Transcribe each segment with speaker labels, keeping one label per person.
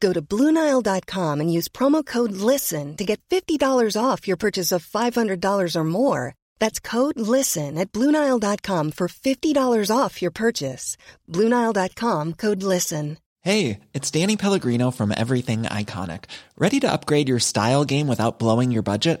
Speaker 1: Go to Bluenile.com and use promo code LISTEN to get $50 off your purchase of $500 or more. That's code LISTEN at Bluenile.com for $50 off your purchase. Bluenile.com code LISTEN.
Speaker 2: Hey, it's Danny Pellegrino from Everything Iconic. Ready to upgrade your style game without blowing your budget?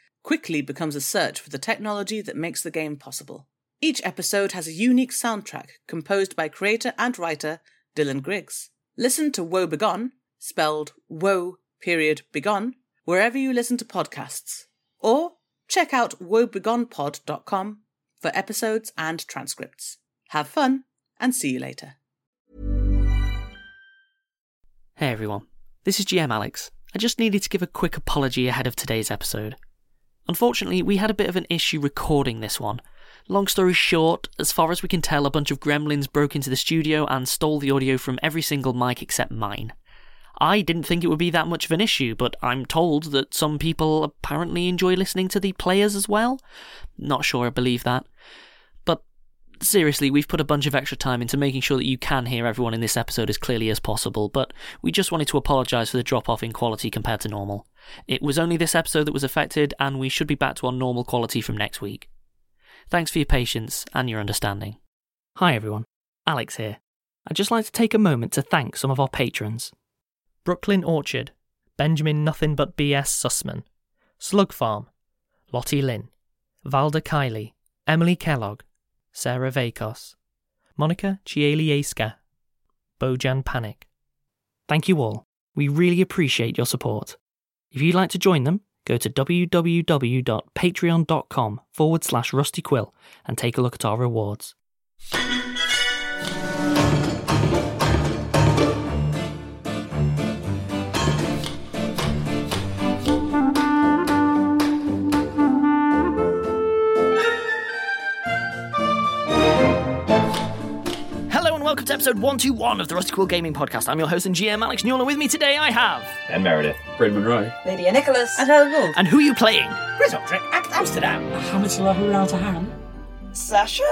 Speaker 3: quickly becomes a search for the technology that makes the game possible. Each episode has a unique soundtrack composed by creator and writer Dylan Griggs. Listen to Woe Begone, spelled Woe period Begone, wherever you listen to podcasts, or check out woebegonepod.com for episodes and transcripts. Have fun and see you later.
Speaker 4: Hey everyone, this is GM Alex. I just needed to give a quick apology ahead of today's episode. Unfortunately, we had a bit of an issue recording this one. Long story short, as far as we can tell, a bunch of gremlins broke into the studio and stole the audio from every single mic except mine. I didn't think it would be that much of an issue, but I'm told that some people apparently enjoy listening to the players as well. Not sure I believe that. But seriously, we've put a bunch of extra time into making sure that you can hear everyone in this episode as clearly as possible, but we just wanted to apologise for the drop off in quality compared to normal. It was only this episode that was affected, and we should be back to our normal quality from next week. Thanks for your patience and your understanding. Hi everyone, Alex here. I'd just like to take a moment to thank some of our patrons. Brooklyn Orchard, Benjamin Nothing But BS Sussman, Slug Farm, Lottie Lynn, Valda Kiley, Emily Kellogg, Sarah Vakos, Monica Chielieska, Bojan Panic. Thank you all. We really appreciate your support. If you'd like to join them, go to www.patreon.com forward slash rustyquill and take a look at our rewards. welcome to episode 121 of the Rusty Cool Gaming Podcast. I'm your host and GM Alex Newell, and with me today I have.
Speaker 5: And Meredith.
Speaker 6: Fred Monroe.
Speaker 7: Lydia Nicholas.
Speaker 3: And Helen Wolf.
Speaker 4: And who are you playing?
Speaker 5: Grizzaldrick, Act Amsterdam.
Speaker 7: Hamitula Huraltahan. Sasha.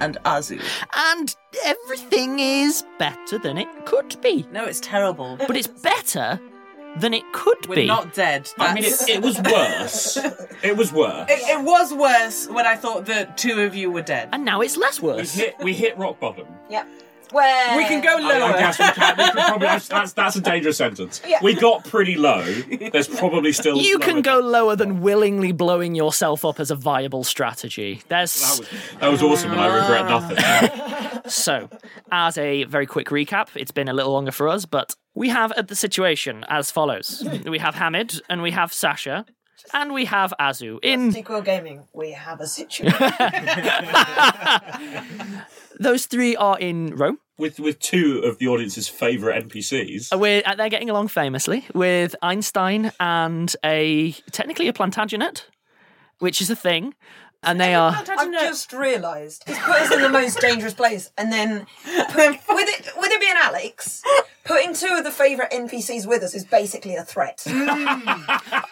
Speaker 7: and Azu.
Speaker 4: And everything is better than it could be.
Speaker 3: No, it's terrible.
Speaker 4: But it's better than it could
Speaker 3: We're
Speaker 4: be.
Speaker 3: not dead.
Speaker 6: I mean, it,
Speaker 3: That's-
Speaker 6: it was worse. it was worse.
Speaker 3: It, it was worse when I thought the two of you were dead.
Speaker 4: And now it's less
Speaker 6: We
Speaker 4: worse.
Speaker 6: hit, we hit rock bottom.
Speaker 7: Yep. Where
Speaker 3: We can go
Speaker 6: I, I
Speaker 3: lower.
Speaker 6: guess we can. We can probably, that's, that's, that's a dangerous sentence.
Speaker 7: Yeah.
Speaker 6: We got pretty low. There's probably still.
Speaker 4: You
Speaker 6: lower
Speaker 4: can go
Speaker 6: than-
Speaker 4: lower than willingly blowing yourself up as a viable strategy. There's Ah.
Speaker 6: That was, that was awesome, and I regret nothing.
Speaker 4: so, as a very quick recap, it's been a little longer for us, but we have at the situation as follows: we have Hamid, and we have Sasha, and we have Azu. In
Speaker 7: Sequel Gaming, we have a situation.
Speaker 4: those three are in Rome.
Speaker 6: with with two of the audience's favourite NPCs.
Speaker 4: We're, uh, they're getting along famously with Einstein and a technically a Plantagenet, which is a thing, and they are.
Speaker 7: Uh, I've just realised he's put us in the most dangerous place, and then put, with it with it being Alex, putting two of the favourite NPCs with us is basically a threat. Hmm.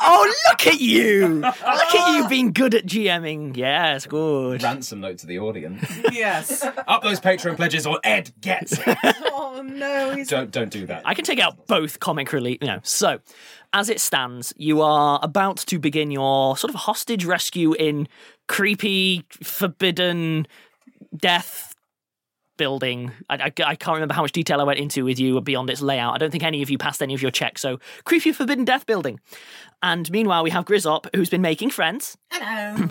Speaker 4: Oh, look at you! Look at you being good at GMing. Yes, good.
Speaker 5: Ransom note to the audience.
Speaker 3: yes.
Speaker 5: Up those Patreon pledges or Ed gets it.
Speaker 3: Oh no, he's
Speaker 5: don't don't do that.
Speaker 4: I can take out both comic relief. No. So, as it stands, you are about to begin your sort of hostage rescue in creepy, forbidden death building. I, I- I can't remember how much detail I went into with you beyond its layout. I don't think any of you passed any of your checks. So, creepy, forbidden death building. And meanwhile, we have Grizzop, who's been making friends. Hello.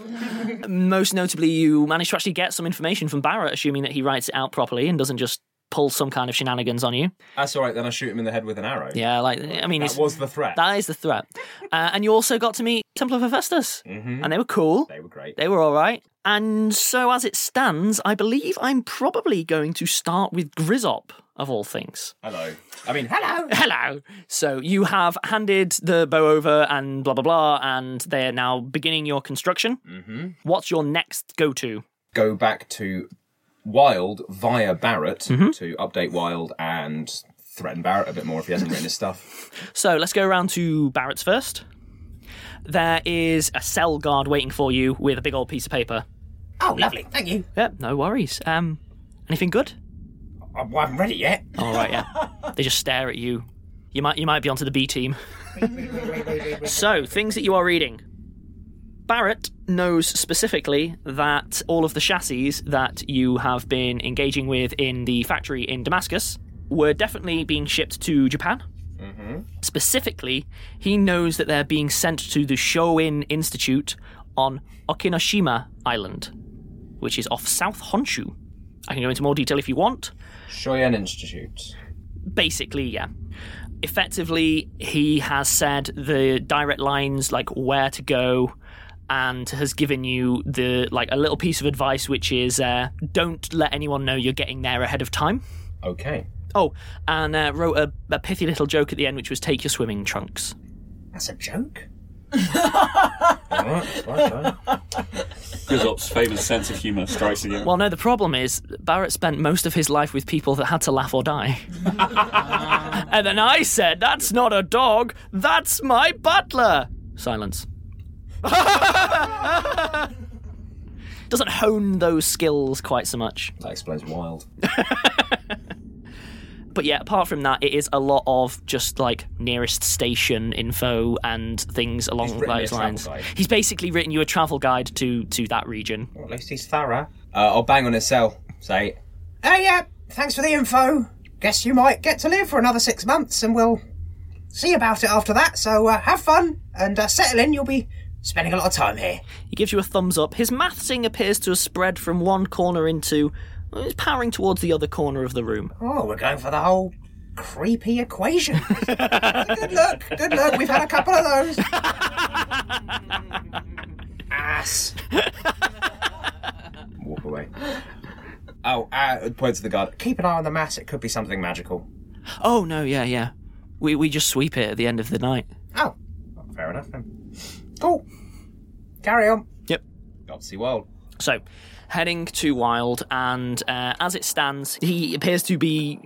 Speaker 4: Most notably, you managed to actually get some information from Barrett, assuming that he writes it out properly and doesn't just pull some kind of shenanigans on you.
Speaker 5: That's all right. Then I shoot him in the head with an arrow.
Speaker 4: Yeah, like I mean, it's,
Speaker 5: That was the threat.
Speaker 4: that is the threat. Uh, and you also got to meet Temple of Hephaestus, mm-hmm. and they were cool.
Speaker 5: They were great.
Speaker 4: They were all right. And so, as it stands, I believe I'm probably going to start with Grizzop of all things.
Speaker 5: Hello. I mean, hello.
Speaker 4: Hello. So you have handed the bow over, and blah blah blah, and they are now beginning your construction. Mm-hmm. What's your next go to?
Speaker 5: Go back to Wild via Barrett
Speaker 4: Mm-hmm.
Speaker 5: to update Wild and threaten Barrett a bit more if he hasn't written his stuff.
Speaker 4: So let's go around to Barrett's first. There is a cell guard waiting for you with a big old piece of paper.
Speaker 5: Oh, lovely. Thank you.
Speaker 4: Yep, no worries. Um, anything good?
Speaker 5: I, I haven't read it yet.
Speaker 4: All right, yeah. they just stare at you. You might you might be onto the B team.
Speaker 5: Uh,
Speaker 4: so, things that you are reading. Barrett knows specifically that all of the chassis that you have been engaging with in the factory in Damascus were definitely being shipped to Japan.
Speaker 7: Mm-hmm.
Speaker 4: Specifically, he knows that they're being sent to the Shoin Institute on Okinoshima Island, which is off South Honshu. I can go into more detail if you want
Speaker 5: Shoyan Institute.
Speaker 4: basically, yeah. Effectively, he has said the direct lines, like where to go, and has given you the like a little piece of advice, which is uh, don't let anyone know you're getting there ahead of time.
Speaker 5: Okay.
Speaker 4: Oh, and uh, wrote a, a pithy little joke at the end, which was take your swimming trunks.
Speaker 5: That's a joke. all right. That's right, all right.
Speaker 6: Grizzop's famous sense of humour strikes again.
Speaker 4: Well, no, the problem is Barrett spent most of his life with people that had to laugh or die. and then I said, "That's not a dog. That's my butler." Silence. Doesn't hone those skills quite so much.
Speaker 5: That explains Wild.
Speaker 4: But yeah, apart from that, it is a lot of just like nearest station info and things along
Speaker 5: written me a
Speaker 4: those
Speaker 5: travel
Speaker 4: lines.
Speaker 5: guide.
Speaker 4: He's basically written you a travel guide to to that region.
Speaker 5: Well, at least he's thorough. Uh, I'll bang on his cell. Say, hey, yeah, thanks for the info. Guess you might get to live for another six months, and we'll see about it after that. So uh, have fun and uh, settle in. You'll be spending a lot of time here.
Speaker 4: He gives you a thumbs up. His mathsing appears to have spread from one corner into. It's powering towards the other corner of the room.
Speaker 5: Oh, we're going for the whole creepy equation. good luck. Good luck. We've had a couple of those. Ass. Walk away. Oh, uh, points to the guard. Keep an eye on the mass. It could be something magical.
Speaker 4: Oh no, yeah, yeah. We we just sweep it at the end of the night.
Speaker 5: Oh, fair enough then. Cool. Carry on.
Speaker 4: Yep.
Speaker 5: Got to see Wild.
Speaker 4: So, heading to Wild, and uh, as it stands, he appears to be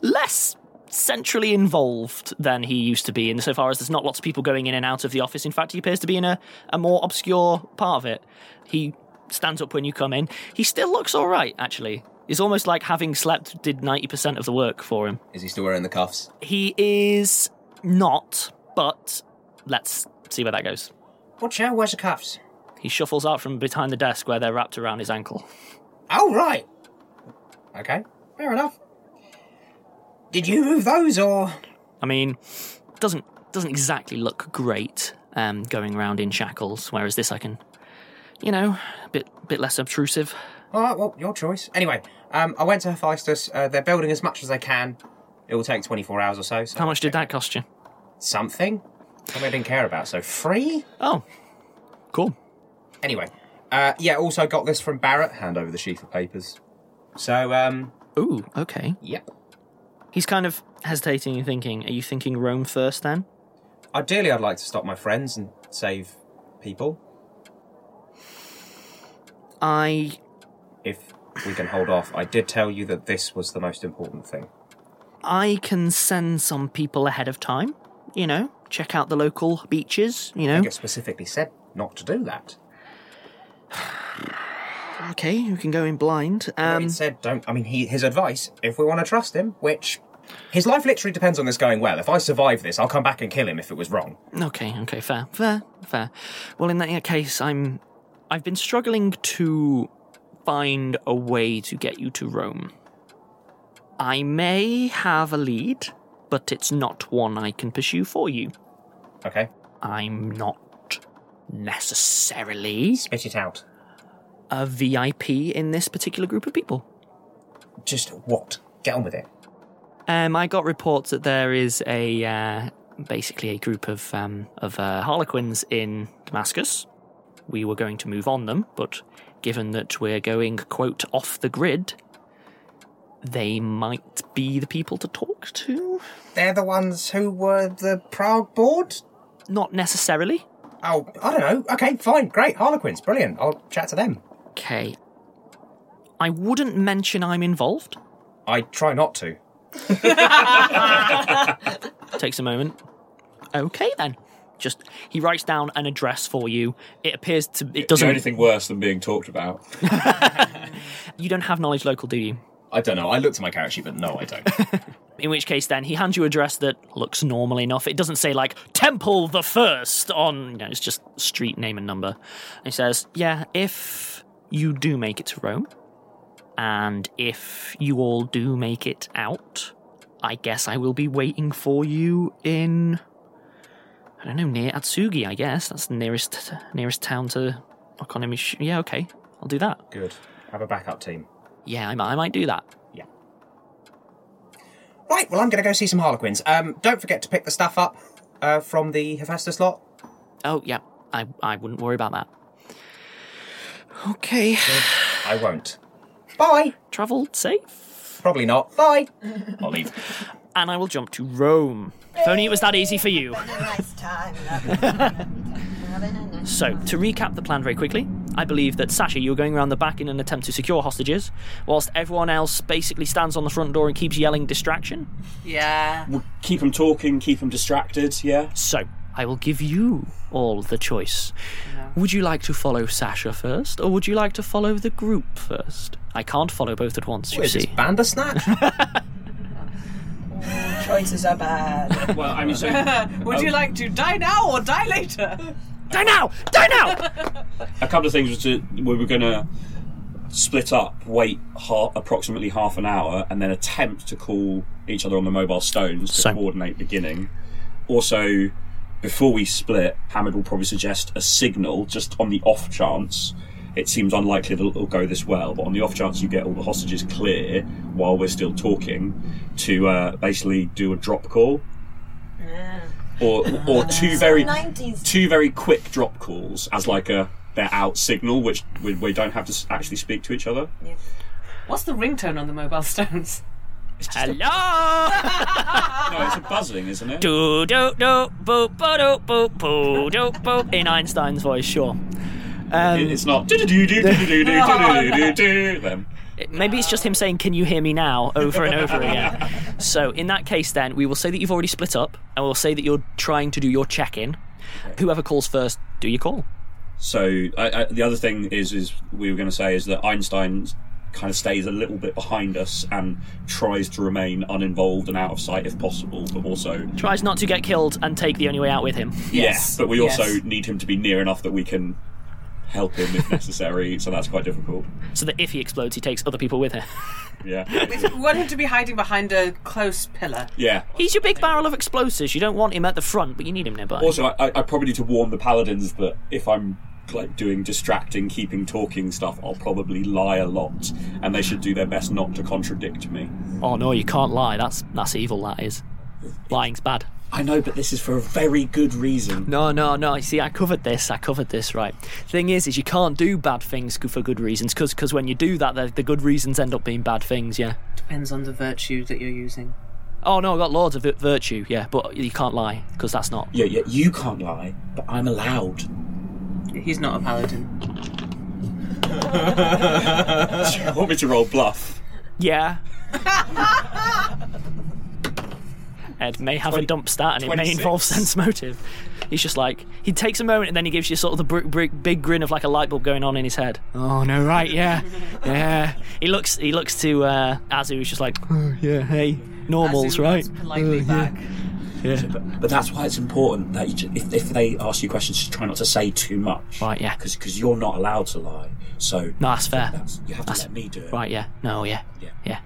Speaker 4: less centrally involved than he used to be, insofar as there's not lots of people going in and out of the office. In fact, he appears to be in a, a more obscure part of it. He stands up when you come in. He still looks all right, actually. It's almost like having slept did 90% of the work for him.
Speaker 5: Is he still wearing the cuffs?
Speaker 4: He is not, but let's see where that goes.
Speaker 5: Butcher, where's the cuffs?
Speaker 4: He shuffles out from behind the desk where they're wrapped around his ankle.
Speaker 5: Oh, right. Okay, fair enough. Did you move those, or
Speaker 4: I mean, doesn't doesn't exactly look great um, going around in shackles, whereas this I can, you know, a bit bit less obtrusive.
Speaker 5: All right, well, your choice. Anyway, um, I went to Hephaestus. Uh, they're building as much as they can. It will take 24 hours or so. so
Speaker 4: How much did that cost you?
Speaker 5: Something. Something I didn't care about, so free?
Speaker 4: Oh, cool.
Speaker 5: Anyway, uh, yeah, also got this from Barrett. Hand over the sheaf of papers. So, um,
Speaker 4: Ooh, okay.
Speaker 5: yep.
Speaker 4: He's kind of hesitating and thinking. Are you thinking Rome first then?
Speaker 5: Ideally, I'd like to stop my friends and save people.
Speaker 4: I
Speaker 5: If we can hold off, I did tell you that this was the most important thing.
Speaker 4: I can send some people ahead of time. You know, check out the local beaches. You
Speaker 5: I
Speaker 4: know,
Speaker 5: think it specifically said not to do that.
Speaker 4: okay, you can go in blind.
Speaker 5: But
Speaker 4: Um,
Speaker 5: it said don't. I mean, he, his advice, if we want to trust him, which his life literally depends on this going well. If I survive this, I'll come back and kill him if it was wrong.
Speaker 4: Okay, okay, fair, fair, fair. Well, in that case, I'm. I've been struggling to find a way to get you to Rome. I may have a lead, but it's not one I can pursue for you.
Speaker 5: Okay,
Speaker 4: I'm not necessarily
Speaker 5: spit it out.
Speaker 4: a VIP in this particular group of people.
Speaker 5: Just what? Get on with it.
Speaker 4: Um, I got reports that there is a uh, basically a group of um, of uh, Harlequins in Damascus. We were going to move on them, but given that we're going quote off the grid, they might be the people to talk to.
Speaker 5: They're the ones who were the Prague board.
Speaker 4: Not necessarily.
Speaker 5: Oh, I don't know. Okay, fine, great. Harlequins, brilliant. I'll chat to them.
Speaker 4: Okay. I wouldn't mention I'm involved.
Speaker 5: I try not to.
Speaker 4: Takes a moment. Okay then. Just he writes down an address for you. It appears to it
Speaker 6: Is
Speaker 4: doesn't
Speaker 6: there anything worse than being talked about?
Speaker 4: you don't have knowledge local, do you?
Speaker 6: I don't know. I looked at my character sheet, but no, I don't.
Speaker 4: In which case, then he hands you a dress that looks normal enough. It doesn't say like Temple the First on. You know, it's just street name and number. And he says, "Yeah, if you do make it to Rome, and if you all do make it out, I guess I will be waiting for you in. I don't know near Atsugi. I guess that's the nearest nearest town to Okonomish. Yeah, okay, I'll do that.
Speaker 5: Good. Have a backup team.
Speaker 4: Yeah, I might, I might do that.
Speaker 5: Right, well, I'm going to go see some Harlequins. Um, don't forget to pick the stuff up uh, from the Hephaestus lot.
Speaker 4: Oh yeah, I I wouldn't worry about that. Okay.
Speaker 5: I won't. Bye.
Speaker 4: travel safe.
Speaker 5: Probably not. Bye.
Speaker 6: I'll leave.
Speaker 4: And I will jump to Rome. If only it was that easy for you.
Speaker 8: Nice time.
Speaker 4: So, to recap the plan very quickly, I believe that Sasha, you're going around the back in an attempt to secure hostages, whilst everyone else basically stands on the front door and keeps yelling distraction.
Speaker 3: Yeah.
Speaker 6: We'll keep them talking, keep them distracted, yeah?
Speaker 4: So, I will give you all the choice. Would you like to follow Sasha first, or would you like to follow the group first? I can't follow both at once, you
Speaker 5: What is this,
Speaker 4: see.
Speaker 5: Bandersnatch?
Speaker 8: Choices are bad.
Speaker 6: Well, I mean, so um,
Speaker 3: Would you like to die now or die later?
Speaker 4: Die now! Die now!
Speaker 6: a couple of things was to, we were going to split up, wait ha- approximately half an hour, and then attempt to call each other on the mobile stones to
Speaker 4: So-
Speaker 6: coordinate beginning. Also, before we split, Hamid will probably suggest a signal just on the off chance. It seems unlikely that it'll go this well, but on the off chance you get all the hostages clear while we're still talking, to uh, basically do a drop call, or or two very
Speaker 8: 90s.
Speaker 6: two very quick drop calls as like a they're out signal, which we, we don't have to s- actually speak to each other.
Speaker 3: What's the ringtone on the mobile stones?
Speaker 4: Hello!
Speaker 6: No, it's a buzzing, isn't it?
Speaker 4: do do do boop ba do boop boo do boop in Einstein's voice, sure. Um,
Speaker 6: It- it's not do do do do do do do do do do them.
Speaker 4: It- Maybe it's just him saying, Can you hear me now? over and over again. So, in that case, then, we will say that you've already split up, and we'll say that you're trying to do your check in. Whoever calls first, do your call.
Speaker 6: So I, I, the other thing is, is we were going to say is that Einstein kind of stays a little bit behind us and tries to remain uninvolved and out of sight if possible, but also
Speaker 4: Tries not to get killed and take the only way out with him.
Speaker 6: yeah, but we also need him to be near enough that we can help him if necessary. so that's quite difficult.
Speaker 4: So that if he explodes, he takes other people with him.
Speaker 6: Yeah,
Speaker 3: We want him to be hiding behind a close pillar.
Speaker 6: yeah.
Speaker 4: He's your big barrel of explosives. You don't want him at the front, but you need him nearby.
Speaker 6: Also, I, I I probably need to warn the paladins that if I'm like doing distracting, keeping talking stuff, I'll probably lie a lot, and they should do their best not to contradict me.
Speaker 4: oh no, you can't lie. That's that's evil. That is. Lying's bad.
Speaker 6: I know, but this is for a very good reason.
Speaker 4: No, no, no. You see, I covered this. I covered this. Right. Thing is, is you can't do bad things go- for good reasons because when you do that, the, the good reasons end up being bad things. Yeah.
Speaker 3: Depends on the virtue that you're using.
Speaker 4: Oh no, I've got loads of vi- virtue. Yeah, but you can't lie because that's not.
Speaker 6: Yeah, yeah, you can't lie, but I'm allowed.
Speaker 3: He's not a paladin.
Speaker 6: Do you want me to roll bluff?
Speaker 4: Yeah. Ed may have a dump stat and it may
Speaker 6: 26.
Speaker 4: involve sense motive. He's just like, he takes a moment and then he gives you sort of the br- br- big grin of like a light bulb going on in his head. Oh, no, right, yeah. Yeah. He looks he looks to uh, Azu, who's just like, "Oh, yeah, hey, normals,
Speaker 3: Azu
Speaker 4: right?
Speaker 3: nods
Speaker 6: Oh,
Speaker 3: Politely back.
Speaker 6: But that's why it's important that you, ju- if, if they ask you questions, just try not to say too much.
Speaker 4: Right, yeah.
Speaker 6: Because you're not allowed to lie. So
Speaker 4: No, that's fair.
Speaker 6: that's, you have to
Speaker 4: That's-
Speaker 6: let me do it.
Speaker 4: Right, yeah. No, yeah.
Speaker 6: Yeah.
Speaker 4: Yeah.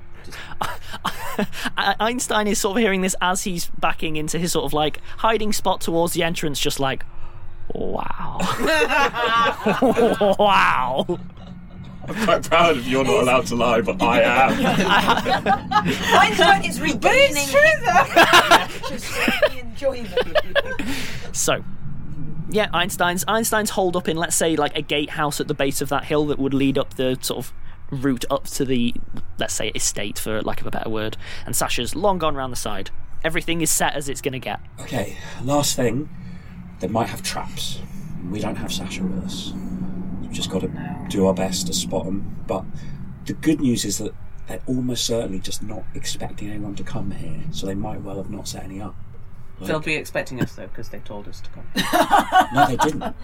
Speaker 4: Einstein is sort of hearing this as he's backing into his sort of like hiding spot towards the entrance, just like, wow. wow.
Speaker 6: I'm quite proud of you're not allowed to lie, but I am.
Speaker 7: Einstein is regaining his enjoyment.
Speaker 4: So, yeah, Einstein's Einstein's holed up in let's say like a gatehouse at the base of that hill that would lead up the sort of route up to the let's say estate for lack of a better word, and Sasha's long gone round the side. Everything is set as it's going to get.
Speaker 6: okay, last thing. They might have traps. We don't have Sasha with us. We've just got to do our best to spot them. But the good news is that they're almost certainly just not expecting anyone to come here, so they might well have not set any up.
Speaker 3: They'll be expecting us though, because they told us to come.
Speaker 6: No, they didn't.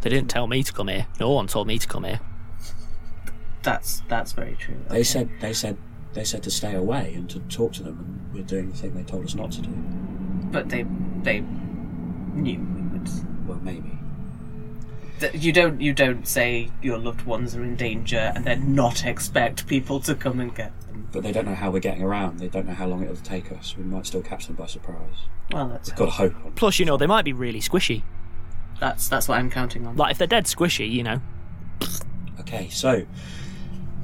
Speaker 4: They didn't tell me to come here. No one told me to come here.
Speaker 3: That's that's very true.
Speaker 6: They said they said they said to stay away and to talk to them, and we're doing the thing they told us not to do.
Speaker 3: But they they knew we would.
Speaker 6: Well, maybe.
Speaker 3: That you don't you don't say your loved ones are in danger and then not expect people to come and get them.
Speaker 6: But they don't know how we're getting around. They don't know how long it'll take us. We might still catch them by surprise.
Speaker 3: Well, that's
Speaker 6: We've got to hope. On.
Speaker 4: Plus, you know, they might be really squishy.
Speaker 3: that's that's what I'm counting on.
Speaker 4: Like if they're dead squishy, you know.
Speaker 6: Okay, so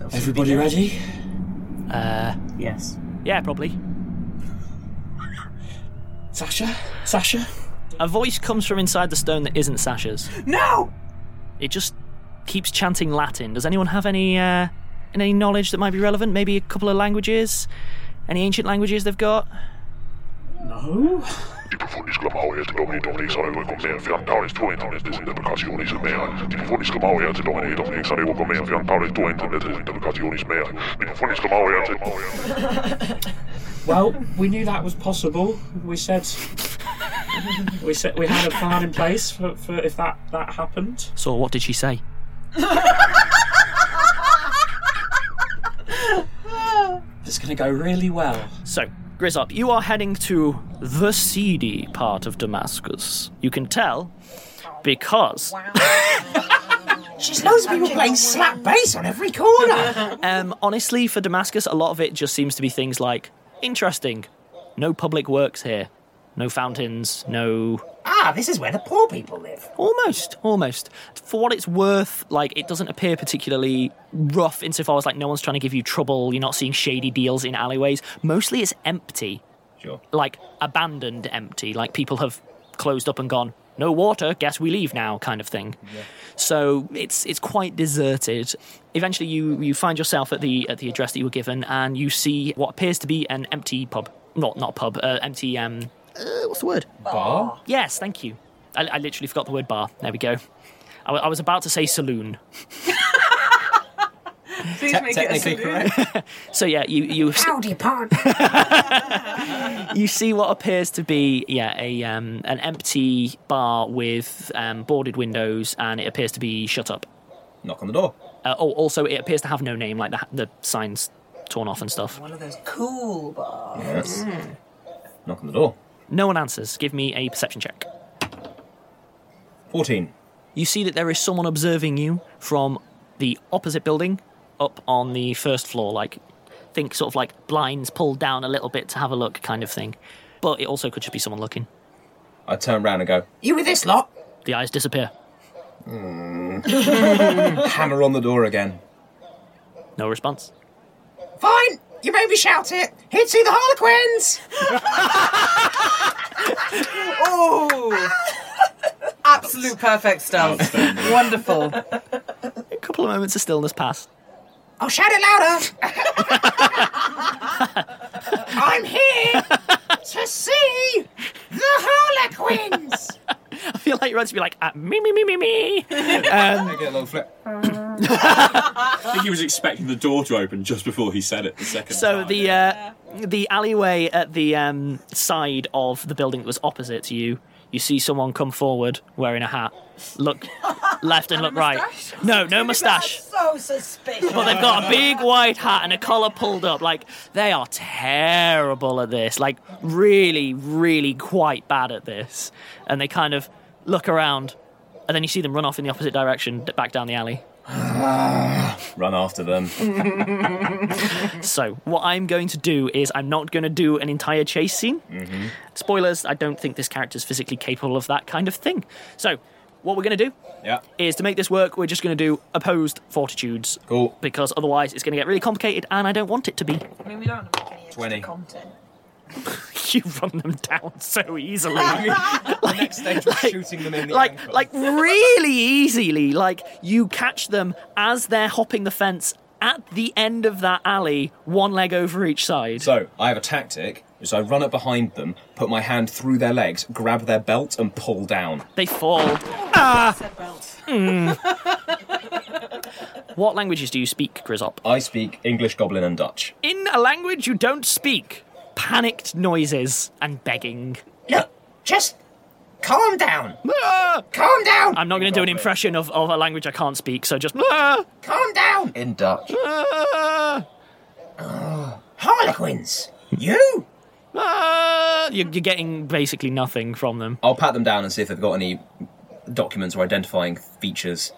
Speaker 3: They'll soon be
Speaker 6: everybody
Speaker 3: dead.
Speaker 6: ready?
Speaker 4: Uh,
Speaker 3: Yes.
Speaker 4: yeah, probably.
Speaker 6: Sasha, Sasha.
Speaker 4: A voice comes from inside the stone that isn't Sasha's.
Speaker 3: No.
Speaker 4: It just keeps chanting Latin. Does anyone have any uh, any knowledge that might be relevant? Maybe a couple of languages, any ancient languages they've got.
Speaker 6: No.
Speaker 9: Di profondi esclamao e te domini domini sarego con me anfian pares tu entines des interprecationis mea. Di profondi esclamao e te domini domini sarego con me anfian pares tu entines des interprecationis mea. Di profondi esclamao e te...
Speaker 6: Well, we knew that was possible. We said we said we had a plan in place for, for if that that happened.
Speaker 4: So what did she say?
Speaker 6: It's going to go really well.
Speaker 4: So, Grizzop, you are heading to the seedy part of Damascus. You can tell because
Speaker 10: She's loads of people playing slap bass on every corner.
Speaker 4: Um, honestly, for Damascus, a lot of it just seems to be things like interesting. No public works here. No fountains. No.
Speaker 10: ah, this is where the poor people live.
Speaker 4: Almost, almost. For what it's worth, like it doesn't appear particularly rough insofar as like no one's trying to give you trouble. You're not seeing shady deals in alleyways. Mostly, it's empty.
Speaker 10: Sure.
Speaker 4: Like abandoned, empty. Like people have closed up and gone. No water. Guess we leave now, kind of thing. So it's it's quite deserted. Eventually, you you find yourself at the at the address that you were given, and you see what appears to be an empty pub. Not not pub. Uh, empty. Um, uh, what's the word? Bar. Yes, thank you. I, I literally forgot the word bar. There we go. I wa- I was about to say saloon.
Speaker 3: Please make it a saloon.
Speaker 4: so yeah, you you
Speaker 7: Howdy, pard.
Speaker 4: you see what appears to be yeah a um, an empty bar with um, boarded windows, and it appears to be shut up.
Speaker 5: Knock on the door.
Speaker 4: Uh, oh, also it appears to have no name, like the the signs torn off and stuff.
Speaker 7: One of those cool bars.
Speaker 4: Yes.
Speaker 7: Mm.
Speaker 5: Knock on the door.
Speaker 4: No one answers. Give me a perception check.
Speaker 5: 14.
Speaker 4: You see that there is someone observing you from the opposite building up on the first floor, like, think sort of like blinds pulled down a little bit to have a look kind of thing. But it also could just be someone looking.
Speaker 5: I turn round and go,
Speaker 4: You with this lot? The eyes disappear.
Speaker 5: "Hmm." hammer on the door again.
Speaker 4: No response.
Speaker 5: Fine, you made me shout it. He'd see the Harlequins.
Speaker 3: oh, absolute perfect stealth. Wonderful.
Speaker 4: A couple of moments of stillness pass.
Speaker 5: I'll shout it louder. I'm here to see the Harlequins.
Speaker 4: I feel like you're about to be like, ah, me, me, me, me, me.
Speaker 6: Um,
Speaker 5: I get a little flip.
Speaker 6: I think he was expecting the door to open just before he said it the second time.
Speaker 4: So the uh, the alleyway at the um, side of the building that was opposite to you, you see someone come forward wearing a hat. Look left and look right. No, no moustache.
Speaker 7: So suspicious.
Speaker 4: But they've got a big white hat and a collar pulled up. Like they are terrible at this. Like really, really quite bad at this. And they kind of look around, and then you see them run off in the opposite direction, d- back down the alley.
Speaker 5: Run after them.
Speaker 4: so what I'm going to do is I'm not going to do an entire chase scene.
Speaker 5: Mm-hmm.
Speaker 4: Spoilers, I don't think this character's physically capable of that kind of thing. So, what we're going to do
Speaker 5: Yeah.
Speaker 4: is to make this work, we're just going to do opposed fortitudes.
Speaker 5: Cool.
Speaker 4: Because otherwise it's going to get really complicated and I don't want it to be.
Speaker 7: I mean, we don't have any extra
Speaker 4: 20.
Speaker 7: content.
Speaker 4: You run them down so easily.
Speaker 5: the next stage was shooting them in the
Speaker 4: like like really easily like you catch them as they're hopping the fence at the end of that alley one leg over each side
Speaker 5: So I have a tactic. Is I run up behind them, put my hand through their legs, grab their belt, and pull down.
Speaker 4: they fall ah! Mm. what languages do you speak grizzop
Speaker 5: I speak English, Goblin, and Dutch.
Speaker 4: in a language you don't speak panicked noises and begging
Speaker 5: look just calm down
Speaker 4: calm
Speaker 5: down
Speaker 4: Ah! i'm not going to do an impression of, of a language i can't speak so just ah!
Speaker 5: Calm down! In Dutch.
Speaker 4: Ah!
Speaker 5: Harlequins! You?
Speaker 4: Ah! You're, you're getting basically nothing from them
Speaker 5: I'll pat them down and see if they've got any documents or identifying features.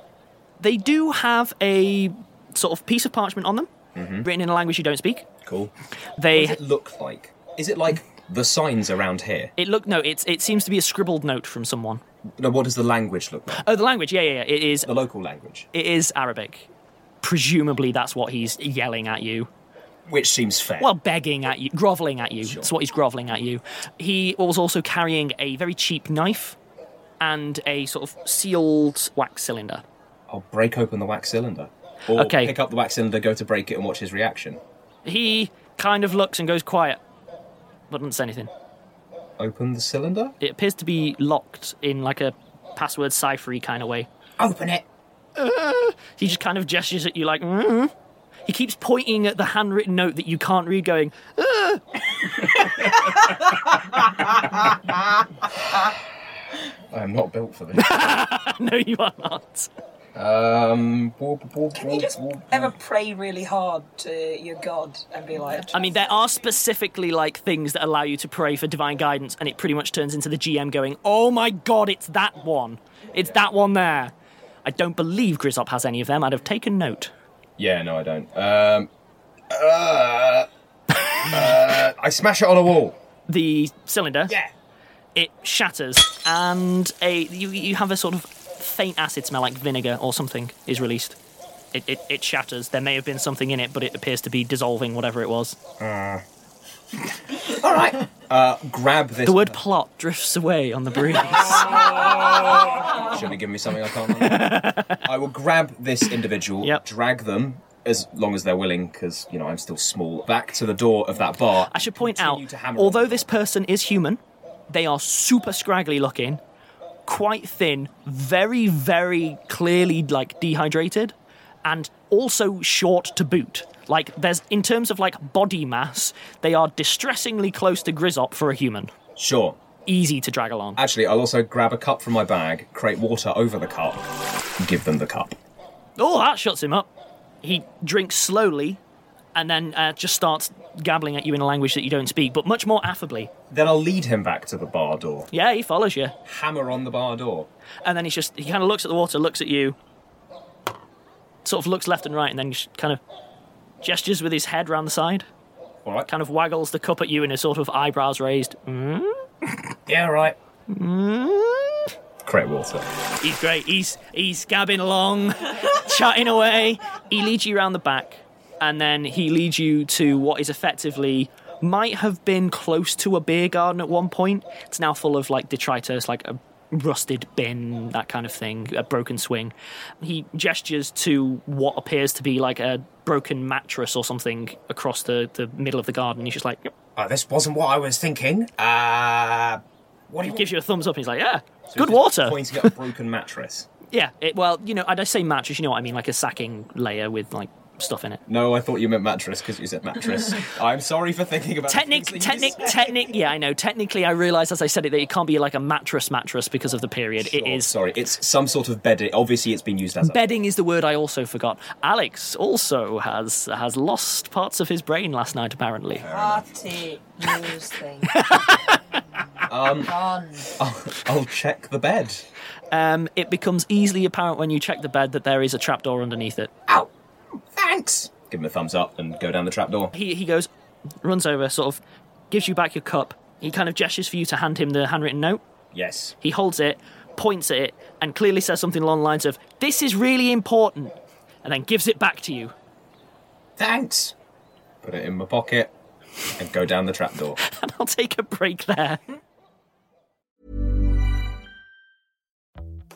Speaker 4: They do have a sort of piece of parchment on them,
Speaker 5: Mhm.
Speaker 4: written in a language you don't speak.
Speaker 5: Cool.
Speaker 4: They
Speaker 5: What does it look like? Is it like the signs around here?
Speaker 4: It look no, it's it seems to be a scribbled note from someone.
Speaker 5: No, what does the language look like?
Speaker 4: Oh, the language, yeah, yeah, yeah. It is
Speaker 5: the local language.
Speaker 4: It is Arabic. Presumably, that's what he's yelling at you.
Speaker 5: Which seems fair.
Speaker 4: Well, begging at you, groveling at you. That's what he's groveling at you. He was also carrying a very cheap knife and a sort of sealed wax cylinder.
Speaker 5: I'll break open the wax cylinder. Or
Speaker 4: Okay.
Speaker 5: pick up the wax cylinder, go to break it, and watch his reaction.
Speaker 4: He kind of looks and goes quiet, but doesn't say anything.
Speaker 5: Open the cylinder?
Speaker 4: It appears to be locked in like a password ciphery kind of way. Uh,
Speaker 5: Open it.
Speaker 4: he just kind of gestures at you like, mm he keeps pointing at the handwritten note that you can't read, going, "Uh."
Speaker 5: I am not built for this.
Speaker 4: no, you are not.
Speaker 5: Um,
Speaker 7: Can you just ever pray really hard to your god and be like,
Speaker 4: I mean, there are specifically like things that allow you to pray for divine guidance, and it pretty much turns into the GM going, "Oh my god, it's that one! It's that one there." I don't believe Grizzop has any of them. I'd have taken note.
Speaker 5: Yeah, no, I don't. Um, uh, uh, I smash it on a wall.
Speaker 4: The cylinder. Yeah. It shatters, and a you you have a sort of faint acid smell, like vinegar or something, is released. It, it, it shatters. There may have been something in it, but it appears to be dissolving whatever it was.
Speaker 5: All right. Uh, grab this.
Speaker 4: The word plot drifts away on the breeze.
Speaker 5: Should have given me something I can't. remember. I will grab this individual, drag them as long as they're willing, because you know I'm still small. Back to the door of that bar.
Speaker 4: I should point out, although this person is human, they are super scraggly looking, quite thin, very, very clearly like dehydrated, and also short to boot. Like there's in terms of like body mass, they are distressingly close to Grizzop for a human.
Speaker 5: Sure.
Speaker 4: Easy to drag along.
Speaker 5: Actually, I'll also grab a cup from my bag, create water over the cup, give them the cup.
Speaker 4: Oh, that shuts him up. He drinks slowly and then uh, just starts gabbling at you in a language that you don't speak, but much more affably.
Speaker 5: Then I'll lead him back to the bar door.
Speaker 4: Yeah, he follows you.
Speaker 5: Hammer on the bar door.
Speaker 4: And then he's just, he kind of looks at the water, looks at you, sort of looks left and right, and then just kind of gestures with his head round the side.
Speaker 5: All right.
Speaker 4: Kind of waggles the cup at you in a sort of eyebrows raised. Mm?
Speaker 5: Yeah, right.
Speaker 4: Mm?
Speaker 5: Create water.
Speaker 4: He's great. He's he's gabbing along, chatting away. He leads you round the back, and then he leads you to what is effectively might have been close to a beer garden at one point. It's now full of like detritus, like a rusted bin, that kind of thing, a broken swing. He gestures to what appears to be like a broken mattress or something across the, the middle of the garden. He's just like, "Yep."
Speaker 5: Uh, this wasn't what I was thinking. Uh, what do
Speaker 4: he
Speaker 5: you
Speaker 4: gives you a thumbs up. And he's like, yeah,
Speaker 5: So
Speaker 4: good
Speaker 5: just
Speaker 4: water.
Speaker 5: Pointing at a broken mattress.
Speaker 4: Yeah, it, well, you know, I don't say mattress, you know what I mean, like a sacking layer with like stuff in it.
Speaker 5: No, I thought you meant mattress because you said mattress. I'm sorry for thinking about
Speaker 4: Technic,
Speaker 5: things that you
Speaker 4: technic, technic. Yeah, I know. Technically, I realised as I said it that it can't be like a mattress, mattress because of the period. It is.
Speaker 5: Sorry, it's some sort of bedding. Obviously, it's been used as a
Speaker 4: Bedding is the word I also forgot. Alex also has has lost parts of his brain last night. Apparently,
Speaker 7: Party news thing.
Speaker 5: Um,
Speaker 7: Gone.
Speaker 5: I'll, I'll check the bed.
Speaker 4: um, it becomes easily apparent when you check the bed that there is a trapdoor underneath it.
Speaker 5: Thanks. Give him a thumbs up and go down the trapdoor.
Speaker 4: He he goes, runs over, sort of gives you back your cup. He kind of gestures for you to hand him the handwritten note.
Speaker 5: Yes.
Speaker 4: He holds it, points at it, and clearly says something along the lines of, This is really important, and then gives it back to you.
Speaker 5: Thanks. Put it in my pocket and go down the trapdoor.
Speaker 4: And I'll take a break there.